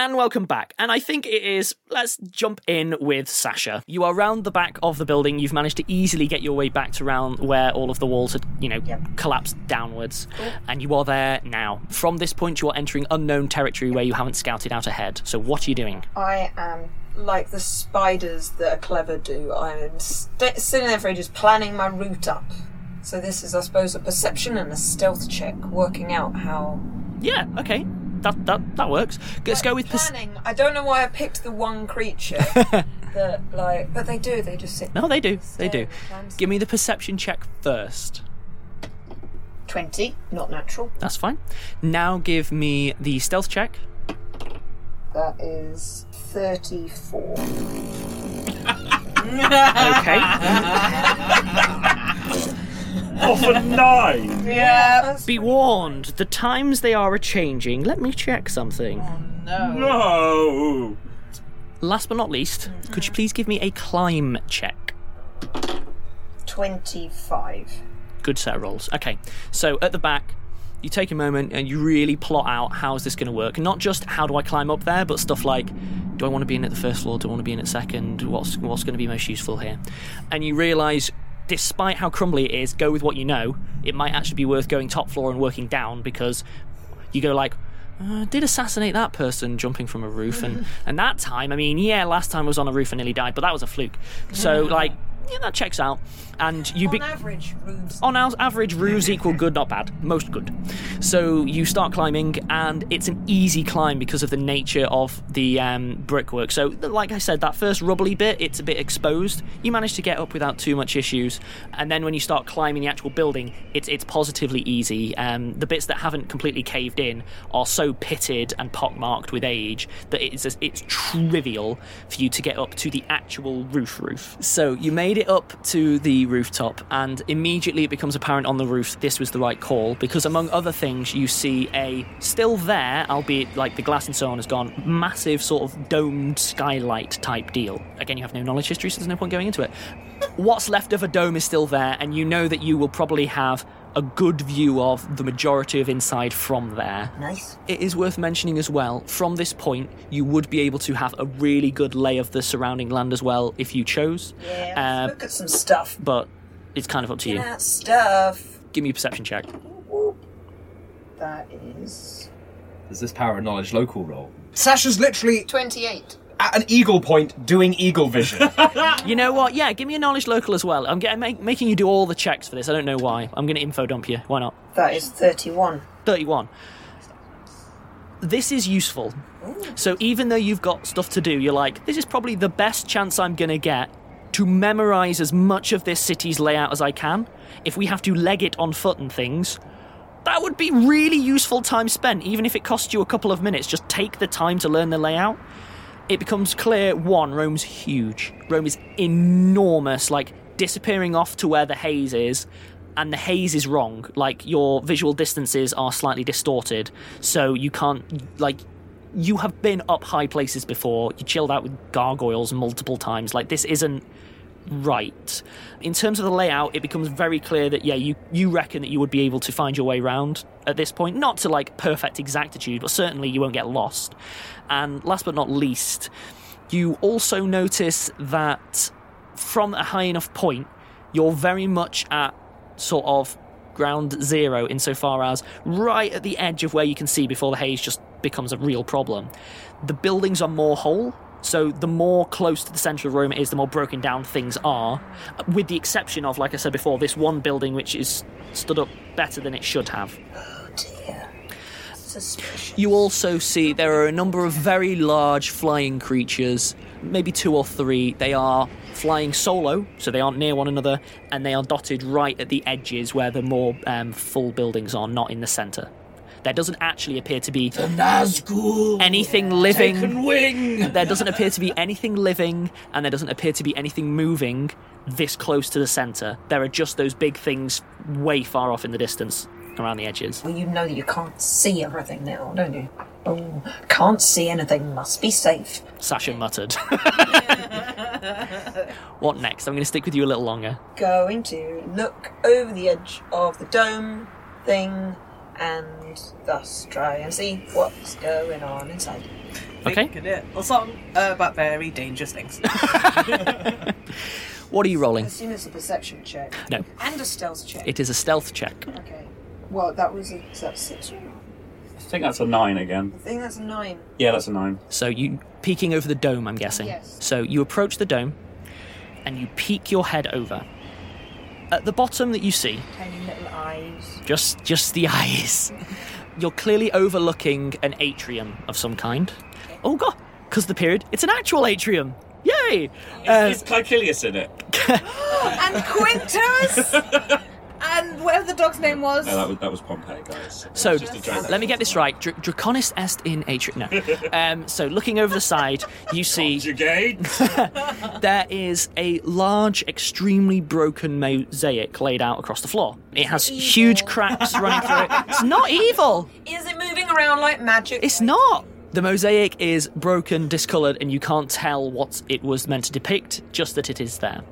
Speaker 4: And welcome back. And I think it is, let's jump in with Sasha. You are round the back of the building. You've managed to easily get your way back to round where all of the walls had, you know, collapsed downwards. And you are there now. From this point, you are entering unknown territory where you haven't scouted out ahead. So what are you doing?
Speaker 7: I am like the spiders that are clever do. I am st- sitting there for ages planning my route up. So this is, I suppose, a perception and a stealth check, working out how.
Speaker 4: Yeah. Okay. That that that works. Let's go with perce-
Speaker 7: Planning. I don't know why I picked the one creature that like, but they do. They just sit.
Speaker 4: No, they do. They do.
Speaker 7: Plans.
Speaker 4: Give me the perception check first.
Speaker 7: Twenty, not natural.
Speaker 4: That's fine. Now give me the stealth check.
Speaker 7: That is thirty-four.
Speaker 6: Off a nine.
Speaker 7: Yeah.
Speaker 4: Be warned, the times they are a changing. Let me check something.
Speaker 7: no.
Speaker 6: No.
Speaker 4: Last but not least, could you please give me a climb check?
Speaker 7: Twenty-five.
Speaker 4: Good set of rolls. Okay, so at the back, you take a moment and you really plot out how is this going to work. Not just how do I climb up there, but stuff like do I want to be in at the first floor? Do I want to be in at second? What's what's going to be most useful here? And you realise, despite how crumbly it is, go with what you know. It might actually be worth going top floor and working down because you go like uh, did assassinate that person jumping from a roof and and that time i mean yeah last time i was on a roof and nearly died but that was a fluke so like yeah that checks out and you be-
Speaker 7: On average, rooms.
Speaker 4: on our average roofs equal good not bad most good so you start climbing and it's an easy climb because of the nature of the um, brickwork so like i said that first rubbly bit it's a bit exposed you manage to get up without too much issues and then when you start climbing the actual building it's it's positively easy um, the bits that haven't completely caved in are so pitted and pockmarked with age that it's it's trivial for you to get up to the actual roof roof so you made it up to the rooftop and immediately it becomes apparent on the roof this was the right call because among other things you see a still there albeit like the glass and so on has gone massive sort of domed skylight type deal again you have no knowledge history so there's no point going into it what's left of a dome is still there and you know that you will probably have a good view of the majority of inside from there.
Speaker 7: Nice.
Speaker 4: It is worth mentioning as well, from this point, you would be able to have a really good lay of the surrounding land as well if you chose.
Speaker 7: Yeah,
Speaker 4: Uh,
Speaker 7: look at some stuff.
Speaker 4: but it's kind of up to you.
Speaker 7: That stuff.
Speaker 4: Give me a perception check.
Speaker 7: That is
Speaker 11: Is this power of knowledge local role?
Speaker 5: Sasha's literally
Speaker 7: twenty-eight.
Speaker 11: At an eagle point, doing eagle vision.
Speaker 4: you know what? Yeah, give me a knowledge local as well. I'm getting, make, making you do all the checks for this. I don't know why. I'm going to info dump you. Why not?
Speaker 7: That is thirty-one.
Speaker 4: 31. This is useful. So even though you've got stuff to do, you're like, this is probably the best chance I'm going to get to memorize as much of this city's layout as I can. If we have to leg it on foot and things, that would be really useful time spent, even if it costs you a couple of minutes. Just take the time to learn the layout. It becomes clear one, Rome's huge. Rome is enormous, like disappearing off to where the haze is, and the haze is wrong. Like your visual distances are slightly distorted, so you can't, like, you have been up high places before, you chilled out with gargoyles multiple times. Like, this isn't right. In terms of the layout, it becomes very clear that yeah, you you reckon that you would be able to find your way round at this point, not to like perfect exactitude, but certainly you won't get lost. And last but not least, you also notice that from a high enough point, you're very much at sort of ground zero insofar as right at the edge of where you can see before the haze just becomes a real problem. The buildings are more whole, so the more close to the centre of Rome it is, the more broken down things are, with the exception of, like I said before, this one building which is stood up better than it should have. You also see there are a number of very large flying creatures, maybe two or three. They are flying solo, so they aren't near one another, and they are dotted right at the edges where the more um, full buildings are, not in the centre. There doesn't actually appear to be
Speaker 12: Nazgul
Speaker 4: anything living.
Speaker 12: taken wing.
Speaker 4: There doesn't appear to be anything living, and there doesn't appear to be anything moving this close to the center. There are just those big things way far off in the distance around the edges.
Speaker 7: Well, you know that you can't see everything now, don't you? Oh, can't see anything. Must be safe.
Speaker 4: Sasha muttered. what next? I'm going to stick with you a little longer.
Speaker 7: Going to look over the edge of the dome thing and thus try and see what's going on inside.
Speaker 4: Okay.
Speaker 3: Good it. Or something uh, about very dangerous things.
Speaker 4: What are you
Speaker 7: I
Speaker 4: rolling?
Speaker 7: assume it's a perception check.
Speaker 4: No.
Speaker 7: And a stealth check.
Speaker 4: It is a stealth check.
Speaker 7: Well, that was a is that six. I
Speaker 6: I think that's a nine again.
Speaker 7: think that's a nine.
Speaker 6: Yeah, that's a nine.
Speaker 4: So you peeking over the dome, I'm guessing.
Speaker 7: Yes.
Speaker 4: So you approach the dome and you peek your head over. At the bottom that you see,
Speaker 7: Tiny little eyes.
Speaker 4: just just the eyes. You're clearly overlooking an atrium of some kind. Oh god, cuz the period, it's an actual atrium. Yay! Uh,
Speaker 6: Is Caecilius in it?
Speaker 7: and Quintus! and whatever the dog's name was.
Speaker 6: No, that was, that was Pompeii, guys.
Speaker 4: so
Speaker 6: Just a joke.
Speaker 4: let me get this right. Dr- Draconis est in atrium. No. Um, so looking over the side, you see there is a large, extremely broken mosaic laid out across the floor. It has huge cracks running through it. It's not evil.
Speaker 7: Is it moving around like magic?
Speaker 4: It's not. The mosaic is broken, discoloured, and you can't tell what it was meant to depict, just that it is there.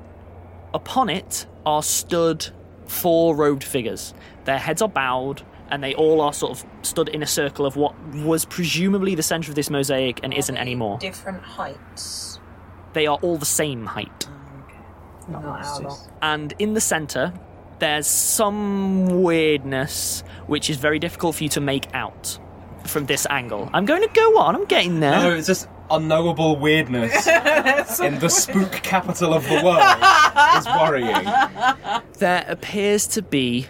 Speaker 4: Upon it are stood four robed figures. Their heads are bowed, and they all are sort of stood in a circle of what was presumably the centre of this mosaic and isn't anymore.
Speaker 7: Different heights.
Speaker 4: They are all the same height.
Speaker 7: Not
Speaker 11: Ah,
Speaker 7: our lot.
Speaker 4: and in the center there's some weirdness which is very difficult for you to make out from this angle. I'm going to go on. I'm getting there.
Speaker 11: No, it's just unknowable weirdness in the spook capital of the world is worrying.
Speaker 4: There appears to be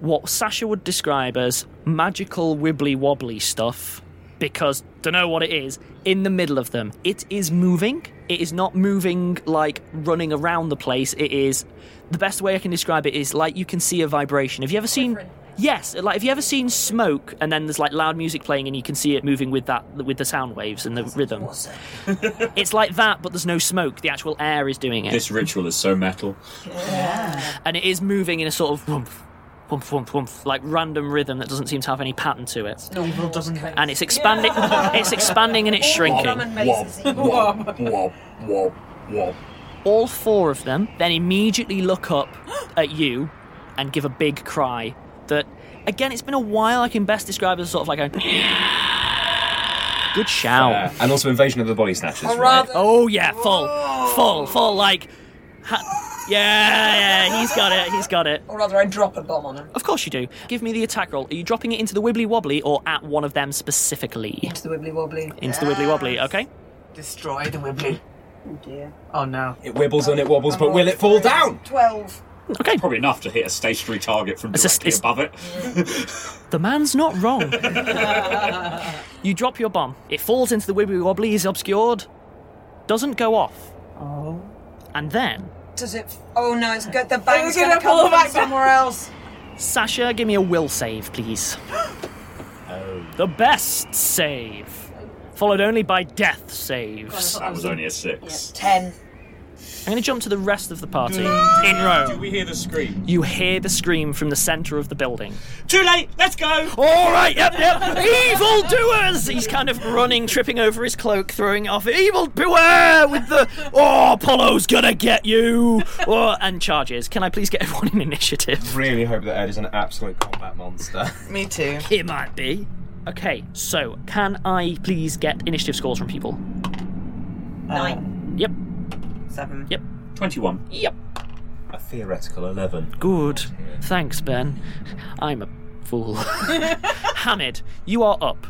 Speaker 4: what Sasha would describe as magical wibbly wobbly stuff because don't know what it is in the middle of them. It is moving. It is not moving like running around the place. It is the best way I can describe it is like you can see a vibration. Have you ever seen Yes, like have you ever seen smoke and then there's like loud music playing and you can see it moving with that with the sound waves and the rhythm. it's like that but there's no smoke. The actual air is doing it
Speaker 6: This ritual is so metal.
Speaker 4: and it is moving in a sort of whoomph, whoomph, whoomph, whoomph, like random rhythm that doesn't seem to have any pattern to it. And it's expanding, it's expanding and it's shrinking.
Speaker 7: Wob,
Speaker 6: wob, wob, wob.
Speaker 4: All four of them then immediately look up at you and give a big cry. That again, it's been a while. I can best describe as sort of like a good shout.
Speaker 11: and also invasion of the body snatchers.
Speaker 4: Or
Speaker 11: Right?
Speaker 4: rather- Oh yeah, full, full, full. Like, ha- yeah, yeah, he's got it. He's got it.
Speaker 7: Or rather, I drop a bomb on him.
Speaker 4: Of course you do. Give me the attack roll. Are you dropping it into the wibbly wobbly or at one of them specifically? Into
Speaker 7: the wibbly wobbly.
Speaker 4: Into the wibbly wobbly, okay.
Speaker 3: Destroy the Wibbly.
Speaker 7: Oh dear.
Speaker 3: Oh no.
Speaker 11: It wibbles and it wobbles, but will it fall down?
Speaker 7: 12.
Speaker 4: Okay.
Speaker 6: Probably enough to hit a stationary target from directly above it.
Speaker 4: The man's not wrong. you drop your bomb. It falls into the wibbly wobbly, is obscured, doesn't go off. Oh. And then,
Speaker 7: Does it. Oh no, it's good. The bang's
Speaker 3: gonna
Speaker 7: going to
Speaker 3: pull
Speaker 7: come
Speaker 3: back
Speaker 7: back somewhere else.
Speaker 4: Sasha, give me a will save, please. The best save. Followed only by death saves.
Speaker 6: That was only a six.
Speaker 7: 10.
Speaker 4: I'm going to jump to the rest of the party in row.
Speaker 6: Do we hear the scream?
Speaker 4: You hear the scream from the centre of the building.
Speaker 6: Too late. Let's go.
Speaker 4: All right, yep, yep. Evil doers! He's kind of running, tripping over his cloak, throwing it off. Evil beware with the oh, Apollo's gonna get you, oh, and charges. Can I please get everyone in initiative?
Speaker 11: Really hope that Ed is an absolute combat monster.
Speaker 4: Me too. It might be. Okay, so can I please get initiative scores from people?
Speaker 7: Nine.
Speaker 4: Yep.
Speaker 3: Seven.
Speaker 4: Yep.
Speaker 6: Twenty-one.
Speaker 4: Yep.
Speaker 11: A theoretical eleven.
Speaker 4: Good. Thanks, Ben. I'm a fool. Hamid, you are up.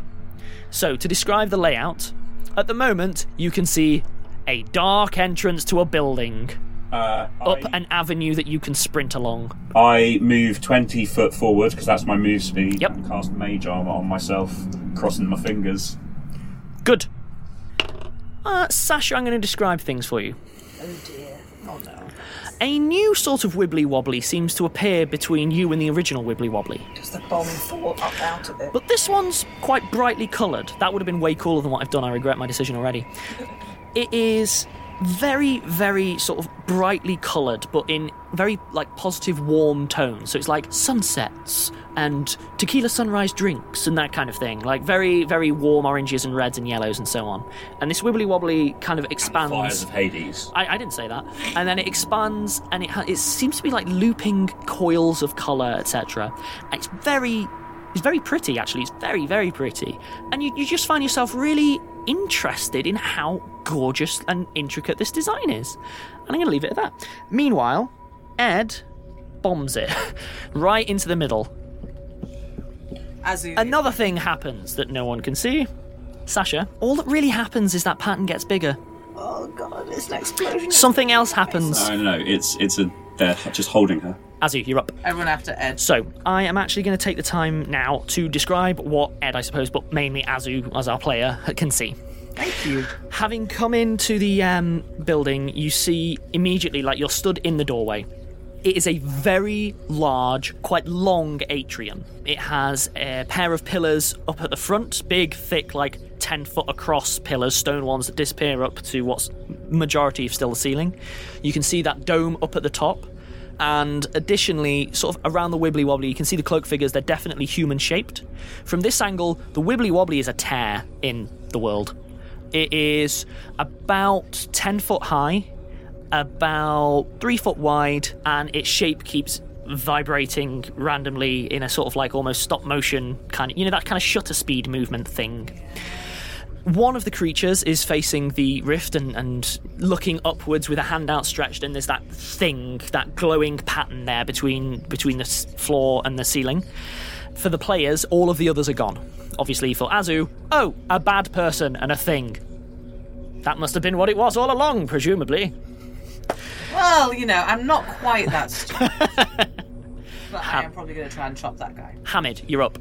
Speaker 4: So, to describe the layout, at the moment you can see a dark entrance to a building,
Speaker 6: Uh,
Speaker 4: up an avenue that you can sprint along.
Speaker 6: I move 20 foot forward because that's my move speed. Yep. And cast mage armor on myself, crossing my fingers.
Speaker 4: Good. Uh, Sasha, I'm going to describe things for you.
Speaker 7: Oh dear. Oh no.
Speaker 4: A new sort of wibbly wobbly seems to appear between you and the original wibbly wobbly.
Speaker 3: Does the bomb fall up out of it?
Speaker 4: But this one's quite brightly coloured. That would have been way cooler than what I've done. I regret my decision already. It is very, very sort of brightly coloured, but in very like positive, warm tones. So it's like sunsets and tequila sunrise drinks and that kind of thing. Like very, very warm oranges and reds and yellows and so on. And this wibbly wobbly kind of expands.
Speaker 6: Fires of Hades.
Speaker 4: I, I didn't say that. And then it expands, and it ha- it seems to be like looping coils of color, etc. And It's very, it's very pretty actually. It's very very pretty, and you, you just find yourself really interested in how gorgeous and intricate this design is. And I'm going to leave it at that. Meanwhile, Ed bombs it right into the middle. Another thing happens that no one can see. Sasha, all that really happens is that pattern gets bigger.
Speaker 3: Oh god, it's an explosion.
Speaker 4: Something else happens.
Speaker 6: No, no, Uh, no. It's it's a. They're just holding her.
Speaker 4: Azu, you're up.
Speaker 3: Everyone after Ed.
Speaker 4: So, I am actually going to take the time now to describe what Ed, I suppose, but mainly Azu as our player, can see. Thank you. Having come into the um, building, you see immediately, like you're stood in the doorway. It is a very large, quite long atrium. It has a pair of pillars up at the front, big, thick, like 10 foot across pillars, stone ones that disappear up to what's majority of still the ceiling. You can see that dome up at the top. And additionally, sort of around the wibbly wobbly, you can see the cloak figures, they're definitely human shaped. From this angle, the wibbly wobbly is a tear in the world. It is about 10 foot high, about three foot wide, and its shape keeps vibrating randomly in a sort of like almost stop motion kind of, you know, that kind of shutter speed movement thing. One of the creatures is facing the rift and, and looking upwards with a hand outstretched, and there's that thing, that glowing pattern there between between the s- floor and the ceiling. For the players, all of the others are gone. Obviously, for Azu, oh, a bad person and a thing. That must have been what it was all along, presumably.
Speaker 3: Well, you know, I'm not quite that stupid. but I am probably going to try and chop that guy.
Speaker 4: Hamid, you're up.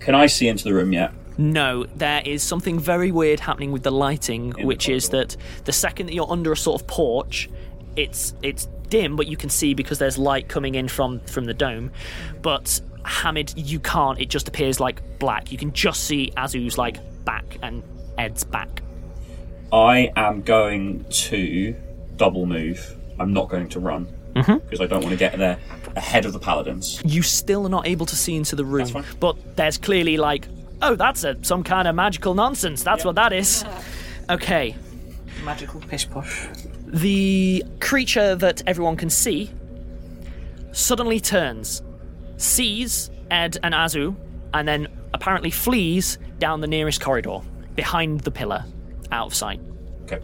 Speaker 6: Can I see into the room yet?
Speaker 4: No, there is something very weird happening with the lighting, which is that the second that you're under a sort of porch, it's it's dim, but you can see because there's light coming in from from the dome. But Hamid, you can't. It just appears like black. You can just see Azu's like back and Ed's back.
Speaker 6: I am going to double move. I'm not going to run because
Speaker 4: Mm-hmm.
Speaker 6: I don't want to get there ahead of the paladins.
Speaker 4: You still are not able to see into the room, but there's clearly like, oh, that's a, some kind of magical nonsense. That's what that is. Okay,
Speaker 3: Magical pish posh.
Speaker 4: The creature that everyone can see suddenly turns, sees Ed and Azu, and then apparently flees down the nearest corridor, behind the pillar, out of sight.
Speaker 6: Okay.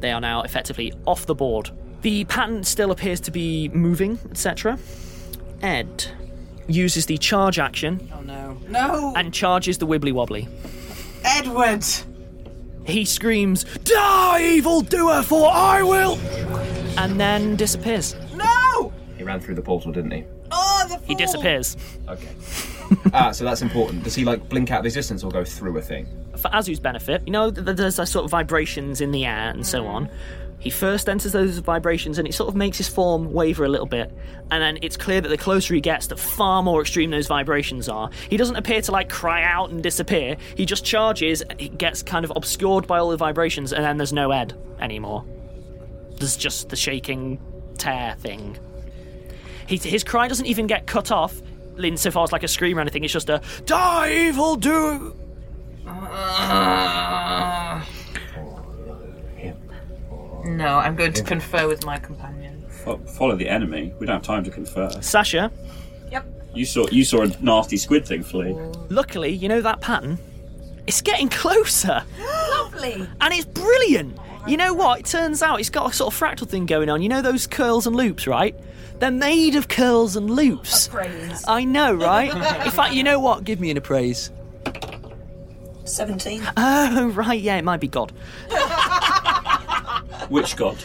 Speaker 4: They are now effectively off the board. The pattern still appears to be moving, etc. Ed uses the charge action. Oh no.
Speaker 3: No!
Speaker 4: And charges the wibbly wobbly.
Speaker 3: Edward!
Speaker 4: He screams, Die, evil doer, for I will! And then disappears.
Speaker 3: No!
Speaker 5: He ran through the portal, didn't he?
Speaker 3: Oh, the fool!
Speaker 4: He disappears.
Speaker 5: Okay. ah, so that's important. Does he like blink out of existence or go through a thing?
Speaker 4: For Azu's benefit, you know, th- there's that sort of vibrations in the air and so on. He first enters those vibrations and it sort of makes his form waver a little bit. And then it's clear that the closer he gets, the far more extreme those vibrations are. He doesn't appear to like cry out and disappear. He just charges, he gets kind of obscured by all the vibrations, and then there's no Ed anymore. There's just the shaking tear thing. He, his cry doesn't even get cut off insofar as like a scream or anything. It's just a die, evil do. Uh,
Speaker 3: No, I'm going to confer with my companion.
Speaker 6: Fo- Follow the enemy. We don't have time to confer.
Speaker 4: Sasha,
Speaker 6: You saw you saw a nasty squid thing flee.
Speaker 4: luckily, you know that pattern. It's getting closer.
Speaker 3: Lovely!
Speaker 4: and it's brilliant. You know what? It turns out it's got a sort of fractal thing going on. You know those curls and loops, right? They're made of curls and loops.
Speaker 3: Praise.
Speaker 4: I know, right? In fact, you know what? Give me an appraise.
Speaker 3: 17.
Speaker 4: Oh, right, yeah, it might be God.
Speaker 6: Which god?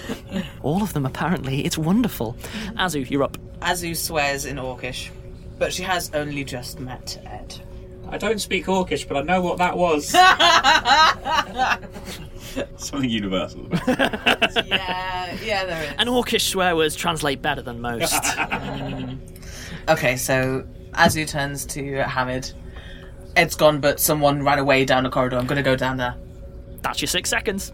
Speaker 4: All of them, apparently. It's wonderful. Azu, you're up.
Speaker 3: Azu swears in Orcish, but she has only just met Ed. Uh,
Speaker 6: I don't speak Orcish, but I know what that was. Something universal.
Speaker 3: yeah, yeah, there is.
Speaker 4: And orcish swear words translate better than most.
Speaker 3: Okay, so Azu turns to Hamid. Ed's gone, but someone ran away down the corridor. I'm going to go down there.
Speaker 4: That's your six seconds.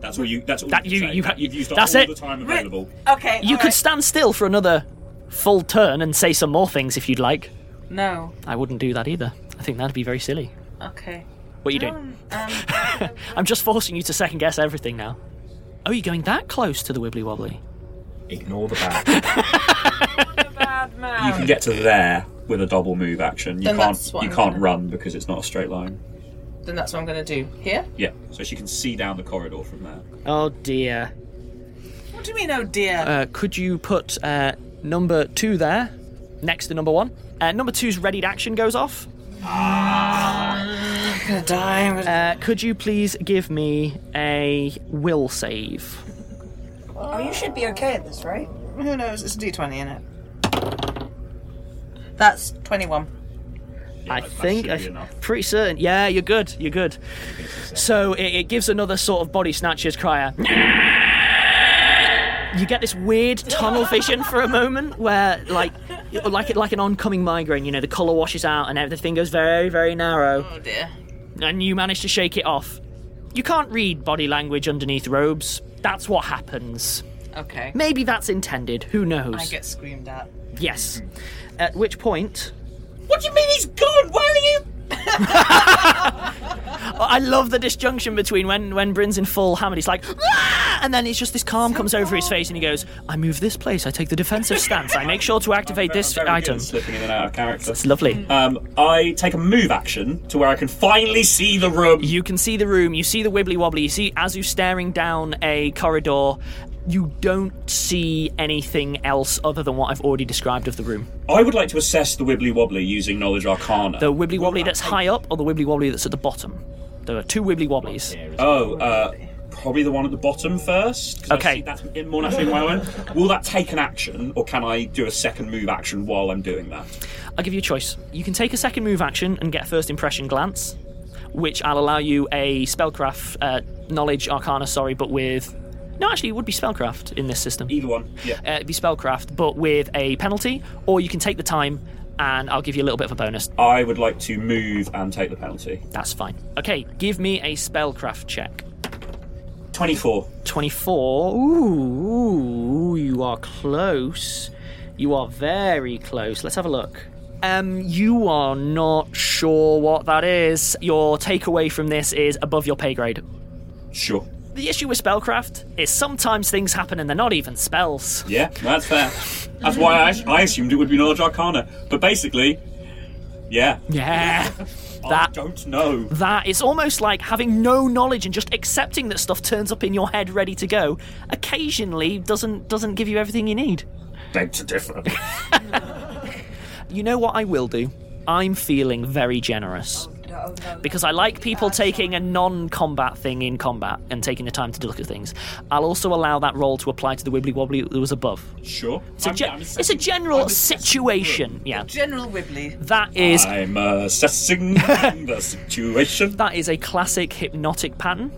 Speaker 6: That's all you. That's all
Speaker 4: that you. you
Speaker 6: That- You've used up
Speaker 4: that's
Speaker 6: all
Speaker 4: it.
Speaker 6: the time available.
Speaker 7: Okay.
Speaker 4: You could stand still for another full turn and say some more things if you'd like.
Speaker 3: No.
Speaker 4: I wouldn't do that either. I think that'd be very silly.
Speaker 3: Okay.
Speaker 4: What are you doing?
Speaker 3: Um,
Speaker 4: I'm just forcing you to second guess everything now. Oh, you're going that close to the wibbly wobbly.
Speaker 6: Ignore the bad. You can get to there with a double move action. You
Speaker 3: Uh, Then that's
Speaker 6: can't.
Speaker 3: what
Speaker 6: You
Speaker 3: I'm
Speaker 6: can't
Speaker 3: gonna-
Speaker 6: run because it's not a straight line.
Speaker 3: Then that's what I'm going to do. Here?
Speaker 6: Yeah. So she can see down the corridor from there.
Speaker 4: Oh dear.
Speaker 3: What do you mean, oh dear?
Speaker 4: Uh, could you put uh, number two there, next to number one? Uh, number two's readied action goes off. Ah,
Speaker 3: gonna die.
Speaker 4: Uh, could you please give me a will save?
Speaker 7: Oh, you should be okay at this, right?
Speaker 3: Who knows? It's a d20 in it. That's 21.
Speaker 4: I
Speaker 3: that
Speaker 4: think
Speaker 3: should
Speaker 4: I'm
Speaker 3: be enough.
Speaker 4: pretty certain. Yeah, you're good. You're good. So it, it gives another sort of body snatchers crier. You get this weird tunnel vision for a moment, where like, like like an oncoming migraine. You know, the color washes out and everything goes very very narrow.
Speaker 3: Oh dear.
Speaker 4: And you manage to shake it off. You can't read body language underneath robes. That's what happens.
Speaker 3: Okay.
Speaker 4: Maybe that's intended. Who knows?
Speaker 3: I get screamed at.
Speaker 4: Yes. At which point,
Speaker 3: What do you mean he's gone? Where are you?
Speaker 4: I love the disjunction between when when Bryn's in full hammer, he's like, "Ah!" and then it's just this calm comes over his face, and he goes, "I move this place, I take the defensive stance, I make sure to activate this
Speaker 6: Very good at
Speaker 4: item."
Speaker 6: Slipping in and out of Uh, character. It's
Speaker 4: lovely.
Speaker 6: Um, I take a move action to where I can finally see the room.
Speaker 4: You can see the room. You see the wibbly wobbly. You see Azu staring down a corridor. You don't see anything else other than what I've already described of the room.
Speaker 6: I would like to assess the wibbly wobbly using knowledge arcana.
Speaker 4: The wibbly wobbly that's high up, or the wibbly wobbly that's at the bottom. There are two wibbly wobblies.
Speaker 6: Oh, uh, probably the one at the bottom first. 'cause I
Speaker 4: Okay.
Speaker 6: see That's in more naturally my own. Will that take an action, or can I do a second move action while I'm doing that?
Speaker 4: I'll give you a choice. You can take a second move action and get a first impression glance, which I'll allow you a spellcraft uh, knowledge arcana. Sorry, but with no, actually, it would be spellcraft in this system.
Speaker 6: Either one, yeah.
Speaker 4: Uh, it'd be spellcraft, but with a penalty, or you can take the time, and I'll give you a little bit of a bonus.
Speaker 6: I would like to move and take the penalty.
Speaker 4: That's fine. Okay, give me a spellcraft check.
Speaker 6: 24.
Speaker 4: 24. Ooh, you are close. You are very close. Let's have a look. Um, you are not sure what that is. Your takeaway from this is above your pay grade.
Speaker 6: Sure.
Speaker 4: The issue with spellcraft is sometimes things happen and they're not even spells.
Speaker 6: Yeah, that's fair. That's why I, I assumed it would be knowledge arcana. But basically, yeah.
Speaker 4: Yeah.
Speaker 6: That I don't know.
Speaker 4: That it's almost like having no knowledge and just accepting that stuff turns up in your head ready to go. Occasionally doesn't doesn't give you everything you need.
Speaker 6: Beg to differ.
Speaker 4: You know what I will do? I'm feeling very generous. Because I like people taking a non combat thing in combat and taking the time to look at things. I'll also allow that role to apply to the wibbly wobbly that was above.
Speaker 6: Sure.
Speaker 4: It's a, ge- it's a general situation. Yeah.
Speaker 3: General Wibbly.
Speaker 4: That is.
Speaker 6: I'm assessing the situation.
Speaker 4: That is a classic hypnotic pattern.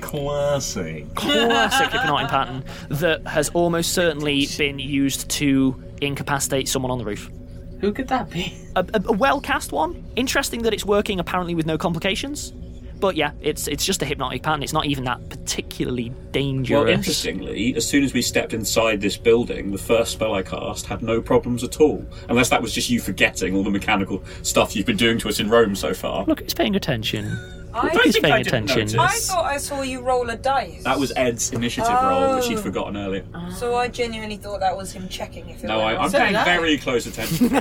Speaker 6: Classic.
Speaker 4: Classic hypnotic pattern that has almost certainly been used to incapacitate someone on the roof.
Speaker 3: Who could that be?
Speaker 4: a, a, a well cast one. Interesting that it's working apparently with no complications. But yeah, it's it's just a hypnotic pattern. It's not even that particularly dangerous.
Speaker 6: Well, interestingly, as soon as we stepped inside this building, the first spell I cast had no problems at all. Unless that was just you forgetting all the mechanical stuff you've been doing to us in Rome so far.
Speaker 4: Look, it's paying attention.
Speaker 6: I
Speaker 4: Look, it's
Speaker 6: think
Speaker 4: paying
Speaker 6: I didn't
Speaker 4: attention.
Speaker 6: notice.
Speaker 7: I thought I saw you roll a dice,
Speaker 6: That was Ed's initiative roll, which he'd
Speaker 7: Oh.
Speaker 6: forgotten earlier.
Speaker 7: so I genuinely thought that was him checking if it
Speaker 6: No,
Speaker 7: went
Speaker 6: I,
Speaker 7: off.
Speaker 6: I'm paying very close attention.
Speaker 3: Oh,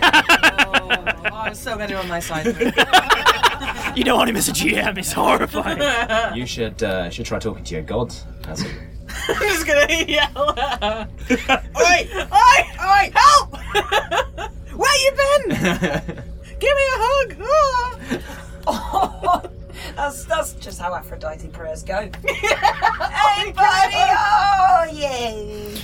Speaker 3: I'm so many on my side.
Speaker 4: you don't want him as a GM. It's horrifying.
Speaker 13: You should uh, should try talking to your god. That's it.
Speaker 3: Who's gonna yell? Oi! Oi! Oi! Help! Where you been? Give me a hug! Ah!
Speaker 7: That's that's just how Aphrodite prayers go. hey, buddy! Oh, yay!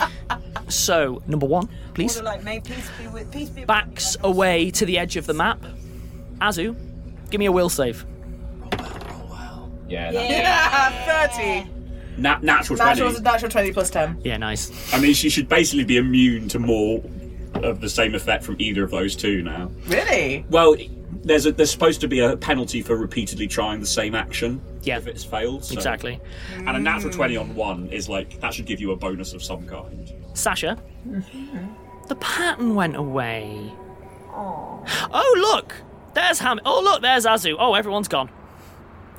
Speaker 4: So number one, please.
Speaker 7: Order like, may peace be with peace be.
Speaker 4: Backs away to the edge of the map. Azu, give me a will save.
Speaker 6: Yeah.
Speaker 2: Yeah, 30.
Speaker 6: Na- natural
Speaker 2: Natural,
Speaker 6: 20.
Speaker 2: natural 20 plus 10.
Speaker 6: Yeah,
Speaker 4: nice.
Speaker 6: I mean, she should basically be immune to more of the same effect from either of those two now.
Speaker 2: Really?
Speaker 6: Well, there's a, there's supposed to be a penalty for repeatedly trying the same action yeah. if it's failed. so-
Speaker 4: Exactly.
Speaker 6: And a natural
Speaker 4: Mm.
Speaker 6: 20 on one is like, that should give you a bonus of some kind.
Speaker 4: Sasha, the pattern went away. Oh, look! There's Ham. Oh, look, there's Azu. Oh, everyone's gone.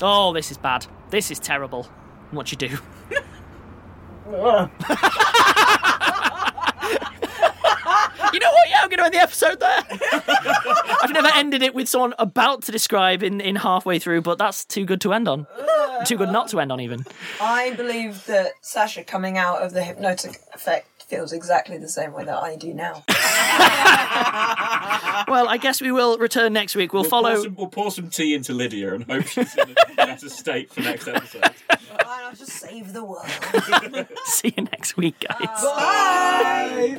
Speaker 4: Oh, this is bad. This is terrible. What you do? you know what? Yeah, I'm going to end the episode there. I've never ended it with someone about to describe in, in halfway through, but that's too good to end on. Too good not to end on, even.
Speaker 7: I believe that Sasha coming out of the hypnotic effect feels exactly the same way that I do now.
Speaker 4: Well, I guess we will return next week. We'll, follow.
Speaker 6: Pour some, we'll pour some tea into Lydia and hope she's in a better state for next episode.
Speaker 7: I'll just save the world.
Speaker 4: See you next week, guys.
Speaker 7: Bye.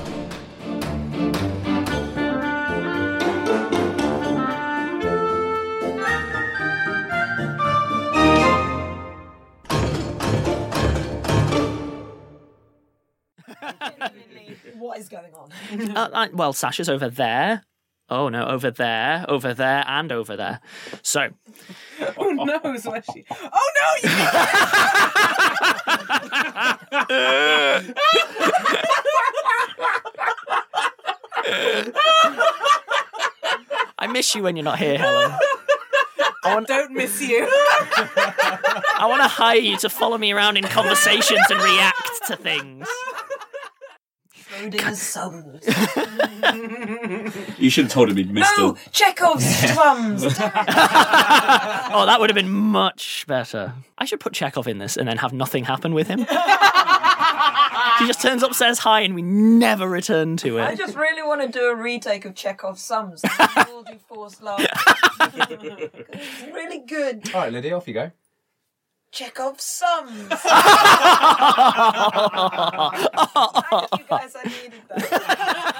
Speaker 7: what is going on?
Speaker 4: Uh, I- well, Sasha's over there. Oh no, over there, over there, and over there. So,
Speaker 2: Oh no, it's where she. Oh no, you.
Speaker 4: I miss you when you're not here, Helen. I
Speaker 2: don't miss you.
Speaker 4: I want to hire you to follow me around in conversations and react to things.
Speaker 7: Schrodinger's soul.
Speaker 6: You should have told him he'd missed
Speaker 7: no,
Speaker 6: it.
Speaker 7: Chekhov's drums.
Speaker 4: Oh, that would have been much better. I should put Chekhov in this and then have nothing happen with him. he just turns up, says hi, and we never return to it.
Speaker 7: I just really want to do a retake of Chekhov's sums. We all do forced love. it's really good.
Speaker 13: All right, Lydia, off you go.
Speaker 7: Chekhov's sums. you guys, I needed that.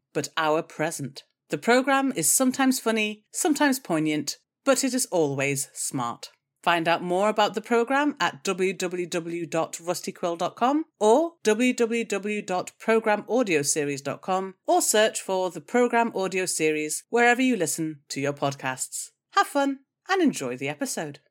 Speaker 3: but our present. The programme is sometimes funny, sometimes poignant, but it is always smart. Find out more about the programme at www.rustyquill.com or www.programaudioseries.com or search for the Programme Audio Series wherever you listen to your podcasts. Have fun and enjoy the episode.